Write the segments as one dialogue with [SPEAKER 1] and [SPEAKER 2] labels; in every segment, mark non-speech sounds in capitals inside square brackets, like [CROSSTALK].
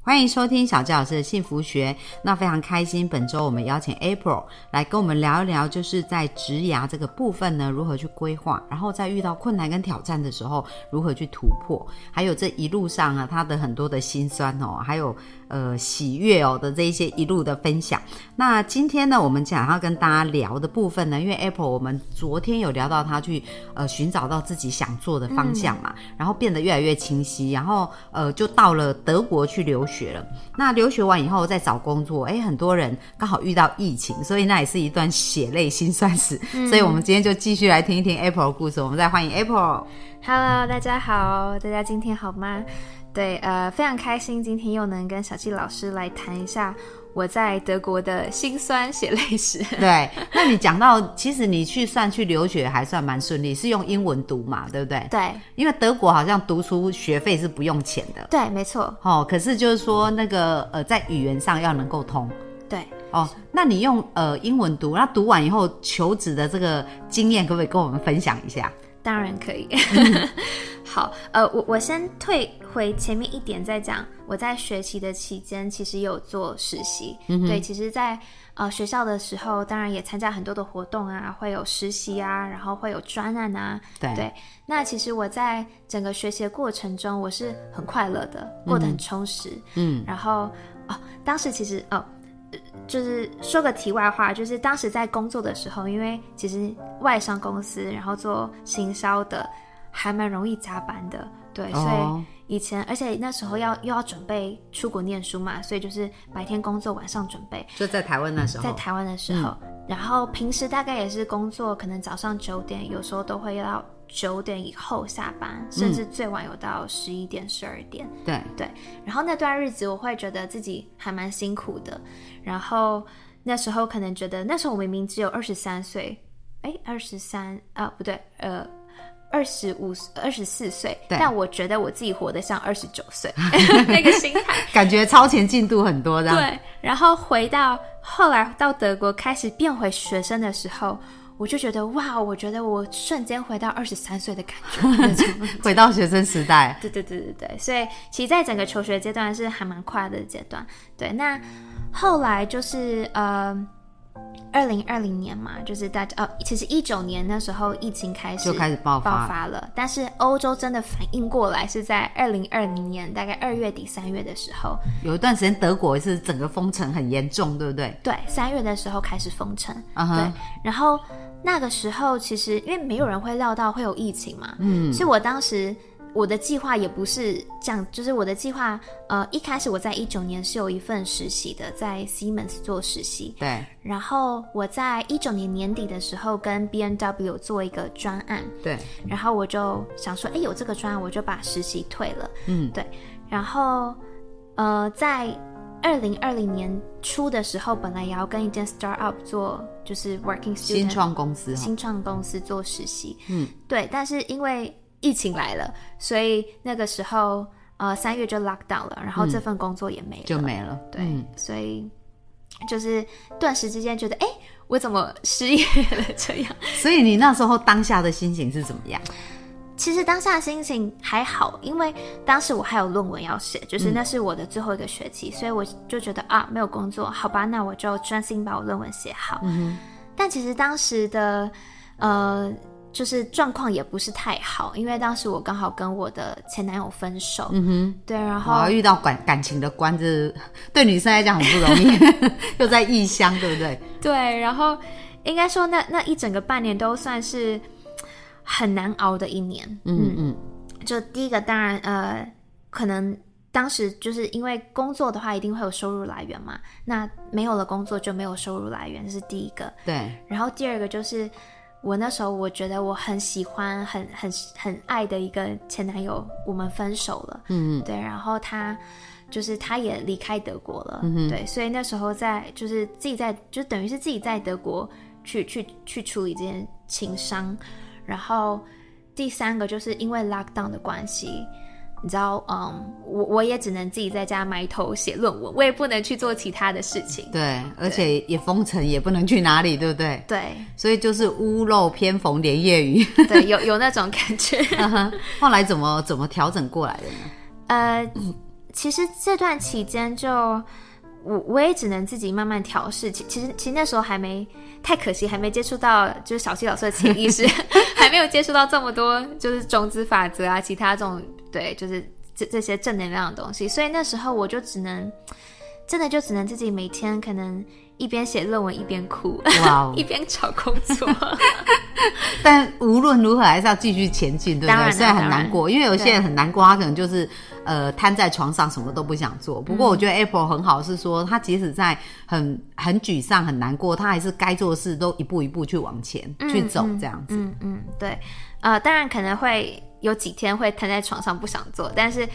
[SPEAKER 1] 欢迎收听小纪老师的幸福学。那非常开心，本周我们邀请 April 来跟我们聊一聊，就是在职涯这个部分呢，如何去规划，然后在遇到困难跟挑战的时候，如何去突破，还有这一路上啊，他的很多的辛酸哦，还有呃喜悦哦的这一些一路的分享。那今天呢，我们想要跟大家聊的部分呢，因为 April 我们昨天有聊到他去呃寻找到自己想做的方向嘛，然后变得越来越清晰，然后呃就到了德国去留学了。那留学完以后再找工作，哎，很多人刚好遇到疫情，所以那也是一段血泪辛酸史。所以我们今天就继续来听一听 April 的故事，我们再欢迎 April。
[SPEAKER 2] Hello，大家好，大家今天好吗？对，呃，非常开心，今天又能跟小纪老师来谈一下我在德国的辛酸血泪史。
[SPEAKER 1] 对，那你讲到，其实你去算去留学还算蛮顺利，是用英文读嘛，对不对？
[SPEAKER 2] [LAUGHS] 对，
[SPEAKER 1] 因为德国好像读书学费是不用钱的，
[SPEAKER 2] 对，没错，
[SPEAKER 1] 哦，可是就是
[SPEAKER 2] 嗯
[SPEAKER 1] 说那个呃，在语言上要能够通
[SPEAKER 2] 对，
[SPEAKER 1] 哦。那你用呃英文读，那读完以后求职的这个经验，可不可以跟我们分享一下？
[SPEAKER 2] 当然可以。 [LAUGHS] 好，呃，我我先退回前面一点再讲。我在学习的期间，其实也有做实习。对，其实在，呃学校的时候，当然也参加很多的活动啊，会有实习啊，然后会有专案啊。
[SPEAKER 1] 对
[SPEAKER 2] 对，那其实我在整个学习的过程中，我是很快乐的，过得很充实。
[SPEAKER 1] 嗯，
[SPEAKER 2] 然后哦，当时其实哦。呃就是说个题外话，就是当时在工作的时候，因为其实外商公司，然后做行销的，还蛮容易加班的，对，所
[SPEAKER 1] 哦
[SPEAKER 2] 以以前，而且那时候要又要准备出国念书嘛，所以就是白天工作，晚上准备，
[SPEAKER 1] 就在台湾那时候，
[SPEAKER 2] 在台湾的时候，然后平时大概也是工作，可能早上九点，有时候都会要到九点以后下班，甚至最晚有到十一点、十二点。
[SPEAKER 1] 对，
[SPEAKER 2] 对，然后那段日子我会觉得自己还蛮辛苦的，然后那时候可能觉得那时候我明明只有二十三岁，哎，二十三啊不对，呃。二十五、二十四岁，
[SPEAKER 1] 对
[SPEAKER 2] 但我觉得我自己活得像二十九岁， [LAUGHS] 那个心态。
[SPEAKER 1] 感觉超前进度很多这样。
[SPEAKER 2] 对，然后回到后来到德国开始变回学生的时候，我就觉得哇，我觉得我瞬间回到二十三岁的感觉那种。
[SPEAKER 1] 回到学生时代，
[SPEAKER 2] [LAUGHS] 对对对对对，所以其实在整个求学阶段是还蛮快乐的阶段。对，那后来就是呃，二零二零年嘛，就是大家呃，其实一九年那时候疫情开始
[SPEAKER 1] 就开始爆发
[SPEAKER 2] 爆发了，但是欧洲真的反应过来是在二零二零年大概二月底三月的时候，
[SPEAKER 1] 有一段时间德国是整个封城很严重，对不对？
[SPEAKER 2] 对，三月的时候开始封城，
[SPEAKER 1] 嗯哼
[SPEAKER 2] 对，然后那个时候其实因为没有人会料到会有疫情嘛，嗯，所以我当时我的计划也不是这样，就是我的计划，呃，一开始我在一九年是有一份实习的，在 Siemens 做实习，
[SPEAKER 1] 对
[SPEAKER 2] 然后我在一九年年底的时候跟 B N W 做一个专案，
[SPEAKER 1] 对，
[SPEAKER 2] 然后我就想说，哎，有这个专案，我就把实习退了。嗯，对。然后，呃，在二零二零年初的时候，本来也要跟一间 startup 做，就是 working student
[SPEAKER 1] 新创公司哈，
[SPEAKER 2] 新创公司做实习。嗯，对。但是因为疫情来了，所以那个时候，呃，三月就 lock down 了，然后这份工作也没了，
[SPEAKER 1] 就没了。
[SPEAKER 2] 对，
[SPEAKER 1] 嗯
[SPEAKER 2] 所以就是顿时之间觉得，哎，我怎么失业了这样？
[SPEAKER 1] 所以你那时候当下的心情是怎么样？
[SPEAKER 2] 其实当下心情还好，因为当时我还有论文要写，就是那是我的最后一个学期，所以我就觉得啊，没有工作，好吧，那我就专心把我论文写好。但其实当时的呃，就是状况也不是太好，因为当时我刚好跟我的前男友分手，嗯哼，对，然后
[SPEAKER 1] 好，遇到感感情的关，这 [LAUGHS] 对女生来讲很不容易， [LAUGHS] 又在异乡，对不对？
[SPEAKER 2] 对，然后应该说那那一整个半年都算是很难熬的一年。
[SPEAKER 1] 嗯嗯，
[SPEAKER 2] 就第一个当然呃，可能当时就是因为工作的话，一定会有收入来源嘛。那没有了工作就没有收入来源，这是第一个。
[SPEAKER 1] 对，
[SPEAKER 2] 然后第二个就是我那时候我觉得我很喜欢、很很很爱的一个前男友，我们分手了。
[SPEAKER 1] 嗯
[SPEAKER 2] 对，然后他就是他也离开德国了，对，所以那时候在就是自己在就等于是自己在德国去去去处理这件情伤，然后第三个就是因为 lockdown 的关系，你知道，嗯，我我也只能自己在家埋头写论文，我也不能去做其他的事情。
[SPEAKER 1] 对，而且也封城，也不能去哪里，对不对？
[SPEAKER 2] 对
[SPEAKER 1] 所以就是屋漏偏逢连夜雨。 [LAUGHS]
[SPEAKER 2] 对，有有那种感觉。
[SPEAKER 1] 后来怎么怎么调整过来的呢？
[SPEAKER 2] 呃，其实这段期间就我我也只能自己慢慢调试。其其实其实那时候还没太可惜，还没接触到就是小七老师的潜意识，还没有接触到这么多就是种子法则啊，其他这种对就是这这些正能量的东西。所以那时候我就只能真的就只能自己每天可能一边写论文一边哭，
[SPEAKER 1] 哇哦
[SPEAKER 2] [LAUGHS] 一！边找工作。
[SPEAKER 1] 但无论如何还是要继续前进，对不
[SPEAKER 2] 当然
[SPEAKER 1] 对？
[SPEAKER 2] 啊
[SPEAKER 1] 虽然很难过，因为有些人很难过，他可能就是呃瘫在床上，什么都不想做。不
[SPEAKER 2] 嗯
[SPEAKER 1] 过我觉得 Apple 很好，是说他即使在很很沮丧、很难过，他还是该做的事都一步一步去往前、去走，这样子。
[SPEAKER 2] 嗯嗯，对，呃，当然可能会有几天会瘫在床上不想做，但是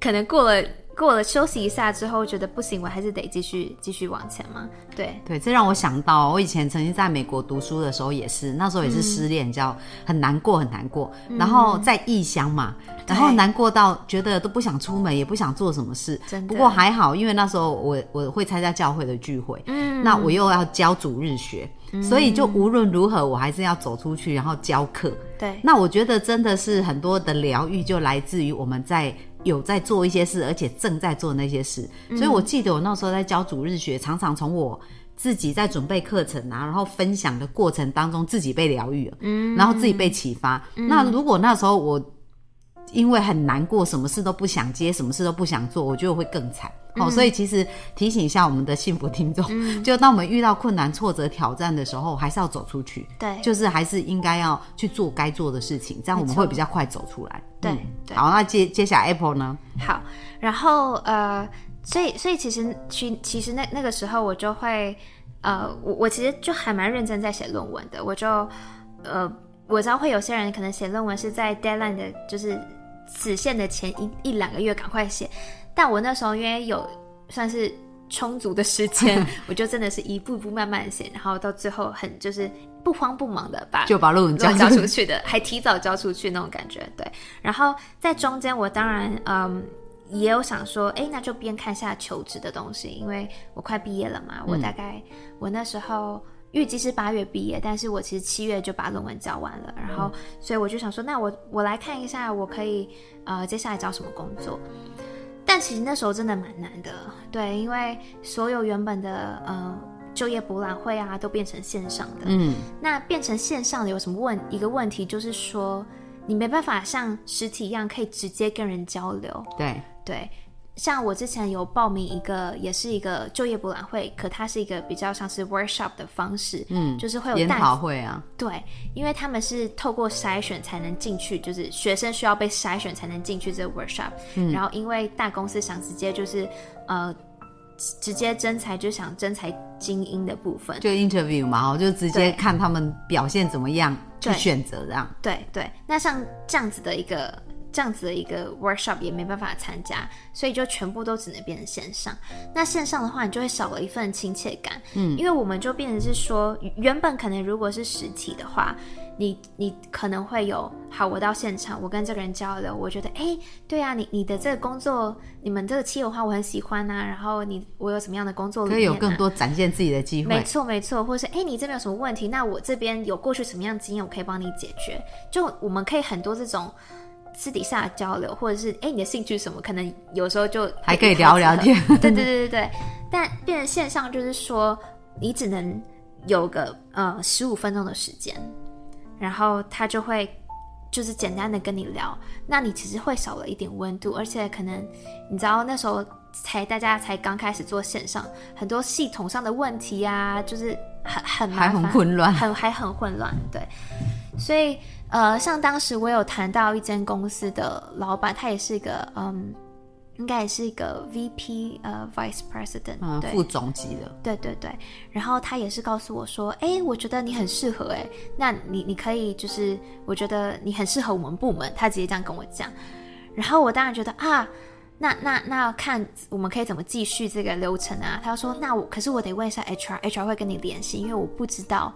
[SPEAKER 2] 可能过了过了休息一下之后，觉得不行，我还是得继续继续往前嘛。对，
[SPEAKER 1] 对，这让我想到，我以前曾经在美国读书的时候也是，那时候也是失恋，你知道，很难过，很难过。然后在异乡嘛，然后
[SPEAKER 2] 嗯对
[SPEAKER 1] 难过到觉得都不想出门，也不想做什么事
[SPEAKER 2] 真。的
[SPEAKER 1] 不过还好，因为那时候我我会参加教会的聚会，
[SPEAKER 2] 嗯
[SPEAKER 1] 那我又要教主日学，所以就无论如何，我还是要走出去，然后教课。
[SPEAKER 2] 对，
[SPEAKER 1] 那我觉得真的是很多的疗愈，就来自于我们在有在做一些事，而且正在做那些事。
[SPEAKER 2] 嗯
[SPEAKER 1] 所以我记得我那时候在教主日学，常常从我自己在准备课程啊，然后分享的过程当中，自己被疗愈了，
[SPEAKER 2] 嗯
[SPEAKER 1] 然后自己被启发。那如果那时候我因为很难过，什么事都不想接，什么事都不想做，我觉得我会更惨。
[SPEAKER 2] 嗯
[SPEAKER 1] 哦，所以其实提醒一下我们的幸福听众，就当我们遇到困难、挫折、挑战的时候，还是要走出去。
[SPEAKER 2] 对，
[SPEAKER 1] 就是还是应该要去做该做的事情，这样我们
[SPEAKER 2] 没错
[SPEAKER 1] 会比较快走出来。
[SPEAKER 2] 对
[SPEAKER 1] 嗯
[SPEAKER 2] 对
[SPEAKER 1] 好，那接接下来 Apple 呢？
[SPEAKER 2] 好，然后呃，所以所以其实其其实那那个时候我就会呃，我我其实就还蛮认真在写论文的，我就呃，我知道会有些人可能写论文是在 deadline 的，就是死线的前一一两个月赶快写，但我那时候因为有算是。充足的时间， [LAUGHS] 我就真的是一步一步慢慢写，然后到最后很就是不慌不忙的把
[SPEAKER 1] 就把论文交
[SPEAKER 2] 交交
[SPEAKER 1] 出去。
[SPEAKER 2] 出去的，还提早交出去那种感觉。对，然后在中间我当然嗯。也有想说，哎，那就边看下求职的东西，因为我快毕业了嘛，我大概、我那时候预计是八月毕业，但是我其实七月就把论文交完了，然后、所以我就想说，那我我来看一下，我可以呃接下来找什么工作。但其实那时候真的蛮难的，对，因为所有原本的呃就业博览会啊都变成线上的，
[SPEAKER 1] 嗯，
[SPEAKER 2] 那变成线上的有什么问一个问题，就是说你没办法像实体一样可以直接跟人交流。
[SPEAKER 1] [LAUGHS] 对，
[SPEAKER 2] 对，像我之前有报名一个，也是一个就业博览会，可它是一个比较像是 workshop 的方式，
[SPEAKER 1] 嗯
[SPEAKER 2] 就是会有
[SPEAKER 1] 研
[SPEAKER 2] 带
[SPEAKER 1] 讨会啊，
[SPEAKER 2] 对，因为他们是透过筛选才能进去，就是学生需要被筛选才能进去这个 workshop、然后
[SPEAKER 1] 嗯
[SPEAKER 2] 因为大公司想直接就是呃直直接征才，就想征才精英的部分，
[SPEAKER 1] 就 interview 嘛，哦，就直接
[SPEAKER 2] 对
[SPEAKER 1] 看他们表现怎么样，去
[SPEAKER 2] 对
[SPEAKER 1] 选择这样。
[SPEAKER 2] 对对，那像这样子的一个这样子的一个 workshop 也没办法参加，所以就全部都只能变成线上。那线上的话，你就会少了一份亲切感，嗯，因为我们就变成是说，原本可能如果是实体的话，你你可能会有，好，我到现场，我跟这个人交流，我觉得，哎，对啊，你你的这个工作，你们这个企业文化我很喜欢呐、然后你我有什么样的工作理
[SPEAKER 1] 可
[SPEAKER 2] 念、啊，
[SPEAKER 1] 以有更多展现自己的机
[SPEAKER 2] 没
[SPEAKER 1] 会，
[SPEAKER 2] 错，没错，或是哎，诶你这边有什么问题？那我这边有过去什么样的经验，我可以帮你解决。就我们可以很多这种私底下的交流，或者是哎，诶你的兴趣是什么，可能有时候就
[SPEAKER 1] 还可以聊聊天。
[SPEAKER 2] 对对对对对，但变成线上就是说，你只能有个呃十五分钟的时间，然后他就会就是简单的跟你聊，那你其实会少了一点温度，而且可能你知道那时候才大家才刚开始做线上，很多系统上的问题啊，就是很很麻
[SPEAKER 1] 还
[SPEAKER 2] 烦
[SPEAKER 1] 很混
[SPEAKER 2] [LAUGHS]
[SPEAKER 1] 乱
[SPEAKER 2] 很还很混乱，对，所以。呃，像当时我有谈到一间公司的老板，他也是一个嗯，应该也是一个 VP 呃 Vice President，、
[SPEAKER 1] 嗯，
[SPEAKER 2] 对
[SPEAKER 1] 副总级的，
[SPEAKER 2] 对对对，然后他也是告诉我说，哎，我觉得你很适合，哎，那你你可以就是，我觉得你很适合我们部门，他直接这样跟我讲，然后我当然觉得啊，那那那看我们可以怎么继续这个流程啊？他说，那我可是我得问一下 HR，HR 会跟你联系，因为我不知道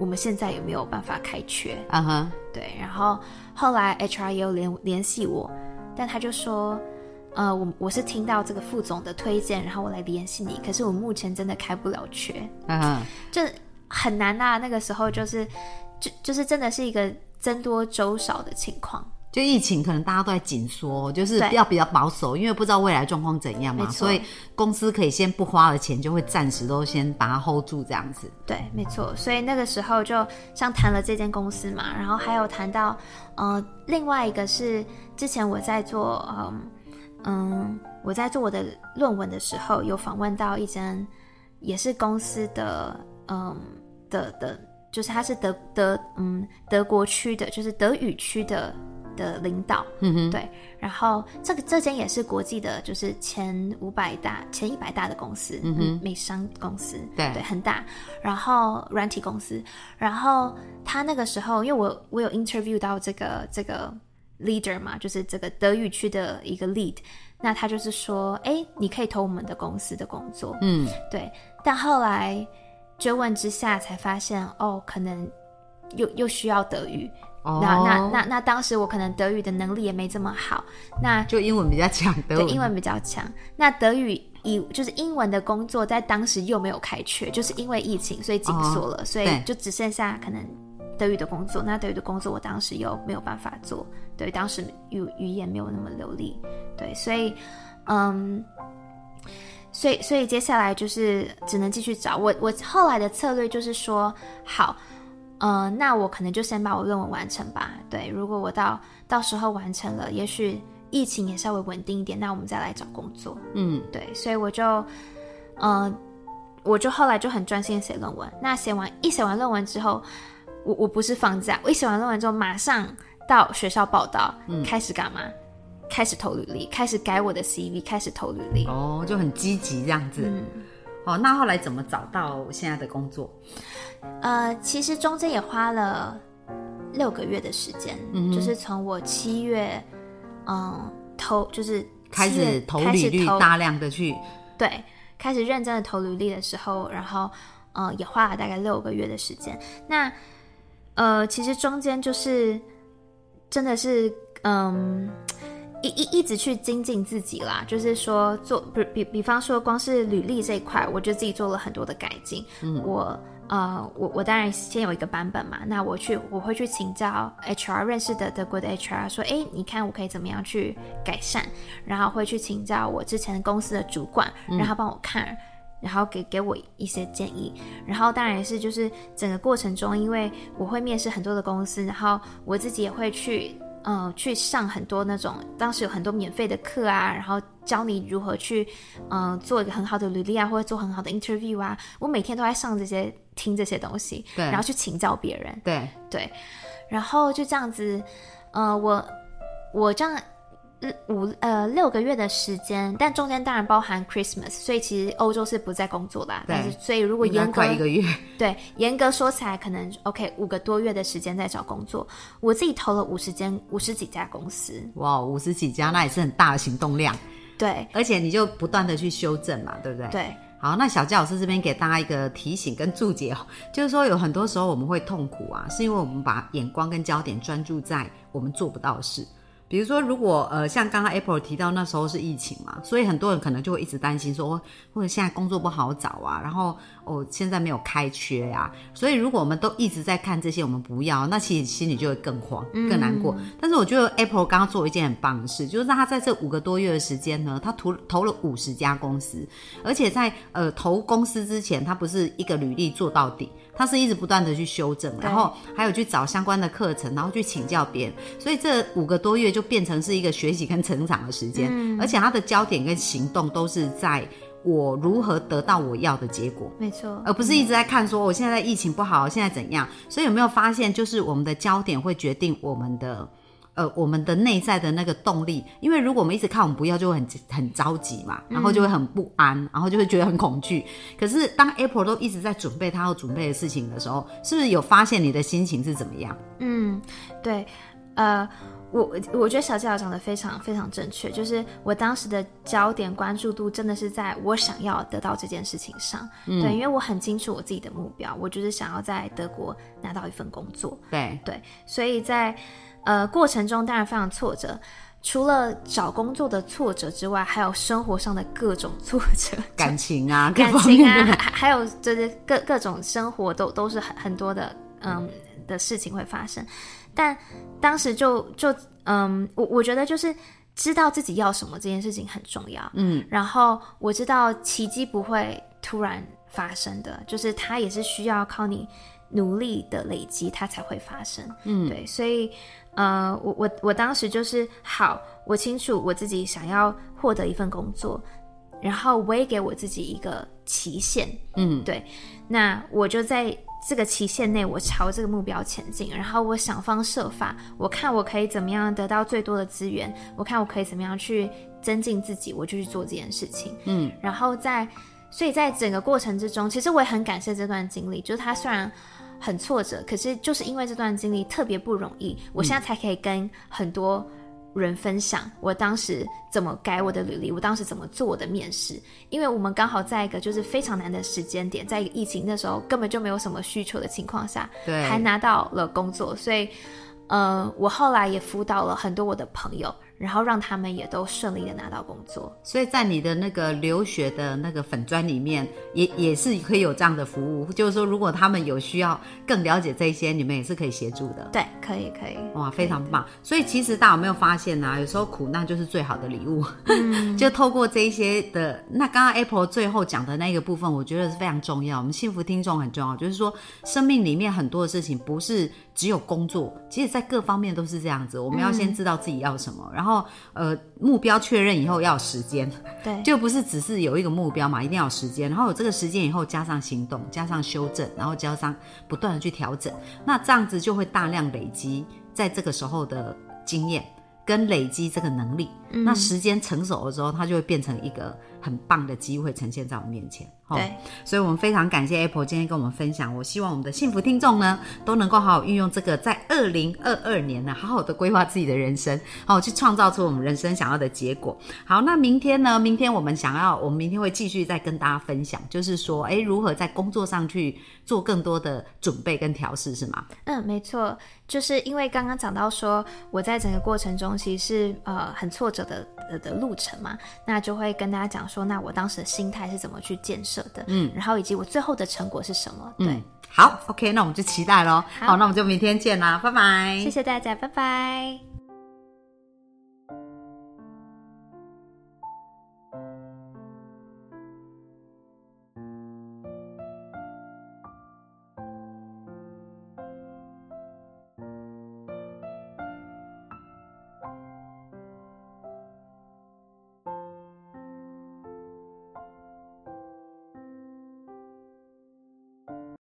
[SPEAKER 2] 我们现在也没有办法开缺，
[SPEAKER 1] 啊哈，
[SPEAKER 2] 对，然后后来 HR 也有联联系我，但他就说，呃，我我是听到这个副总的推荐，然后我来联系你，可是我目前真的开不了缺，
[SPEAKER 1] 啊哈，
[SPEAKER 2] 就很难啊。那个时候就是，就就是真的是一个僧多粥少的情况。
[SPEAKER 1] 就疫情可能大家都在紧缩，哦就是
[SPEAKER 2] 对
[SPEAKER 1] 要比较保守，因为不知道未来状况怎样嘛，
[SPEAKER 2] 没错
[SPEAKER 1] 所以公司可以先不花了钱，就会暂时都先把它 hold 住这样子。
[SPEAKER 2] 对，没错，所以那个时候就像谈了这间公司嘛，然后还有谈到，呃，另外一个是之前我在做，嗯嗯，我在做我的论文的时候，有访问到一间也是公司的，嗯的的，就是他是德德嗯德国区的，就是德语区的的领导，
[SPEAKER 1] 嗯哼，
[SPEAKER 2] 对，然后这个这间也是国际的，就是前五百大、前一百大的公司，
[SPEAKER 1] 嗯哼
[SPEAKER 2] 美商公司，
[SPEAKER 1] 对
[SPEAKER 2] 很大。然后软体公司，然后他那个时候，因为我我有 interview 到这个这个 leader 嘛，就是这个德语区的一个 lead，那他就是说，哎，你可以投我们的公司的工作，
[SPEAKER 1] 嗯，
[SPEAKER 2] 对，但后来追问之下才发现，哦，可能又又需要德语。
[SPEAKER 1] 哦，
[SPEAKER 2] 那那那那当时我可能德语的能力也没这么好，那
[SPEAKER 1] 就英文比较强，德
[SPEAKER 2] 对
[SPEAKER 1] 文
[SPEAKER 2] 英文比较强。那德语以就是英文的工作在当时又没有开缺，就是因为疫情所以紧缩了，所
[SPEAKER 1] 哦对
[SPEAKER 2] 以就只剩下可能德语的工作。那德语的工作我当时又没有办法做，对，当时语语言没有那么流利，对，所以嗯。所以，所以接下来就是只能继续找我。我后来的策略就是说，好，呃，那我可能就先把我论文完成吧。对，如果我到到时候完成了，也许疫情也稍微稳定一点，那我们再来找工作。
[SPEAKER 1] 嗯
[SPEAKER 2] 对，所以我就，呃，我就后来就很专心地写论文。那写完一写完论文之后，我我不是放假，我一写完论文之后马上到学校报道，开始干嘛？开始投履历，开始改我的 CV，开始投履历。
[SPEAKER 1] 哦，就很积极这样子。
[SPEAKER 2] 嗯
[SPEAKER 1] 哦，那后来怎么找到现在的工作？
[SPEAKER 2] 呃，其实中间也花了六个月的时间，
[SPEAKER 1] 嗯哼
[SPEAKER 2] 就是从我七月，嗯，投就是
[SPEAKER 1] 开
[SPEAKER 2] 七月
[SPEAKER 1] 始投
[SPEAKER 2] 开
[SPEAKER 1] 履
[SPEAKER 2] 始
[SPEAKER 1] 历，
[SPEAKER 2] 投
[SPEAKER 1] 大量的去，
[SPEAKER 2] 对，开始认真的投履历的时候，然后呃也花了大概六个月的时间。那呃其实中间就是真的是嗯。一一一直去精进自己啦，就是说做比比比方说，光是履历这一块，我就自己做了很多的改进。嗯，我呃，我我当然先有一个版本嘛，那我去我会去请教 HR 认识的德国的 HR 说，哎，你看我可以怎么样去改善，然后会去请教我之前公司的主管，让他帮我看。然后给给我一些建议，然后当然也是就是整个过程中，因为我会面试很多的公司，然后我自己也会去呃去上很多那种当时有很多免费的课啊，然后教你如何去嗯、呃做一个很好的履历啊，或者做很好的 interview 啊，我每天都在上这些听这些东西，
[SPEAKER 1] 对
[SPEAKER 2] 然后去请教别人，
[SPEAKER 1] 对，
[SPEAKER 2] 对，然后就这样子，呃，我我这样呃五呃六个月的时间，但中间当然包含 Christmas，所以其实欧洲是不在工作的啊、
[SPEAKER 1] 对
[SPEAKER 2] 但是所以如果
[SPEAKER 1] 应该
[SPEAKER 2] 严格
[SPEAKER 1] 快一个月。
[SPEAKER 2] 对严格说起来，可能 OK 五个多月的时间在找工作，我自己投了五十间五十几家公司，
[SPEAKER 1] 哇，五十几家那也是很大的行动量，
[SPEAKER 2] 对
[SPEAKER 1] 而且你就不断的去修正嘛，对不对？。
[SPEAKER 2] 对
[SPEAKER 1] 好，那小纪老师这边给大家一个提醒跟注解哦，就是说有很多时候我们会痛苦啊，是因为我们把眼光跟焦点专注在我们做不到的事。比如说，如果呃像刚刚 Apple 提到那时候是疫情嘛，所以很多人可能就会一直担心说，或者现在工作不好找啊，然后哦现在没有开缺啊，所以如果我们都一直在看这些，我们不要，那其实心里就会更慌、更难过。但是我觉得 Apple 刚刚做了一件很棒的事，就是让他在这五个多月的时间呢，他投投了五十家公司，而且在呃投公司之前，他不是一个履历做到底，他是一直不断的去修正，然后还有去找相关的课程，然后去请教别人，所以这五个多月就变成是一个学习跟成长的时间，而且他的焦点跟行动都是在我如何得到我要的结果。
[SPEAKER 2] 没错，
[SPEAKER 1] 而不是一直在看说我哦现在疫情不好，现在怎样？所以有没有发现，就是我们的焦点会决定我们的。呃，我们的内在的那个动力，因为如果我们一直看我们不要，就会很很着急嘛，然后就
[SPEAKER 2] 嗯
[SPEAKER 1] 会很不安，然后就会觉得很恐惧。可是当 April 都一直在准备他要准备的事情的时候，是不是有发现你的心情是怎么样？
[SPEAKER 2] 嗯，对，呃，我我觉得小纪老师讲的非常非常正确，就是我当时的焦点关注度真的是在我想要得到这件事情上，对，因为我很清楚我自己的目标，我就是想要在德国拿到一份工作，
[SPEAKER 1] 对，
[SPEAKER 2] 对，所以在呃过程中当然非常挫折，除了找工作的挫折之外，还有生活上的各种挫折，
[SPEAKER 1] 感情啊，各
[SPEAKER 2] 感
[SPEAKER 1] 方
[SPEAKER 2] 情
[SPEAKER 1] 面
[SPEAKER 2] 啊，
[SPEAKER 1] 的， [LAUGHS]
[SPEAKER 2] 还还有就是各各种生活都都是很很多的嗯的事情会发生，但当时就就嗯，我我觉得就是知道自己要什么这件事情很重要，
[SPEAKER 1] 嗯，
[SPEAKER 2] 然后我知道奇迹不会突然发生的，就是它也是需要靠你努力的累积，它才会发生。嗯，对，所以呃，我我我当时就是好，我清楚我自己想要获得一份工作，然后我也给我自己一个期限，
[SPEAKER 1] 嗯，
[SPEAKER 2] 对，那我就在这个期限内，我朝这个目标前进，然后我想方设法，我看我可以怎么样得到最多的资源，我看我可以怎么样去增进自己，我就去做这件事情。
[SPEAKER 1] 嗯，
[SPEAKER 2] 然后在，所以在整个过程之中，其实我也很感谢这段经历，就是它虽然。很挫折，可是就是因为这段经历特别不容易，我现在才可以跟很多人分享我当时怎么改我的履历，我当时怎么做我的面试，因为我们刚好在一个就是非常难的时间点，在一个疫情那时候根本就没有什么需求的情况下，
[SPEAKER 1] 对，
[SPEAKER 2] 还拿到了工作，所以，呃，我后来也辅导了很多我的朋友，然后让他们也都顺利的拿到工作。
[SPEAKER 1] 所以在你的那个留学的那个粉砖里面，也也是可以有这样的服务，就是说如果他们有需要更了解这些，你们也是可以协助的。
[SPEAKER 2] 对，可以，可以，
[SPEAKER 1] 哇，非常棒！所以其实大家有没有发现呢、啊？有时候苦难就是最好的礼物， [LAUGHS] 就透过这一些的。那刚刚 Apple 最后讲的那个部分，我觉得是非常重要。我们幸福听众很重要，就是说生命里面很多的事情不是只有工作，其实在各方面都是这样子。我们要先知道自己要什么，然后呃目标确认以后要有时间，
[SPEAKER 2] 对，
[SPEAKER 1] 就不是只是有一个目标嘛，一定要有时间，然后有这个时间以后加上行动，加上修正，然后加上不断的去调整，那这样子就会大量累积在这个时候的经验跟累积这个能力。
[SPEAKER 2] 嗯
[SPEAKER 1] 那时间成熟了之后，它就会变成一个很棒的机会呈现在我们面前。齁
[SPEAKER 2] 对，
[SPEAKER 1] 所以我们非常感谢 Apple 今天跟我们分享。我希望我们的幸福听众呢，都能够好好运用这个，在二零二二年呢，好好的规划自己的人生，好去创造出我们人生想要的结果。好，那明天呢？明天我们想要，我们明天会继续再跟大家分享，就是说，哎，如何在工作上去做更多的准备跟调试，是吗？
[SPEAKER 2] 嗯，没错，就是因为刚刚讲到说，我在整个过程中其实是呃很挫折的呃的的路程嘛，那就会跟大家讲说，那我当时的心态是怎么去建设的，嗯，然后以及我最后的成果是什么，对，
[SPEAKER 1] 嗯，好，OK，那我们就期待喽。
[SPEAKER 2] 好
[SPEAKER 1] 好，那我们就明天见啦，拜拜。
[SPEAKER 2] 谢谢大家，拜拜。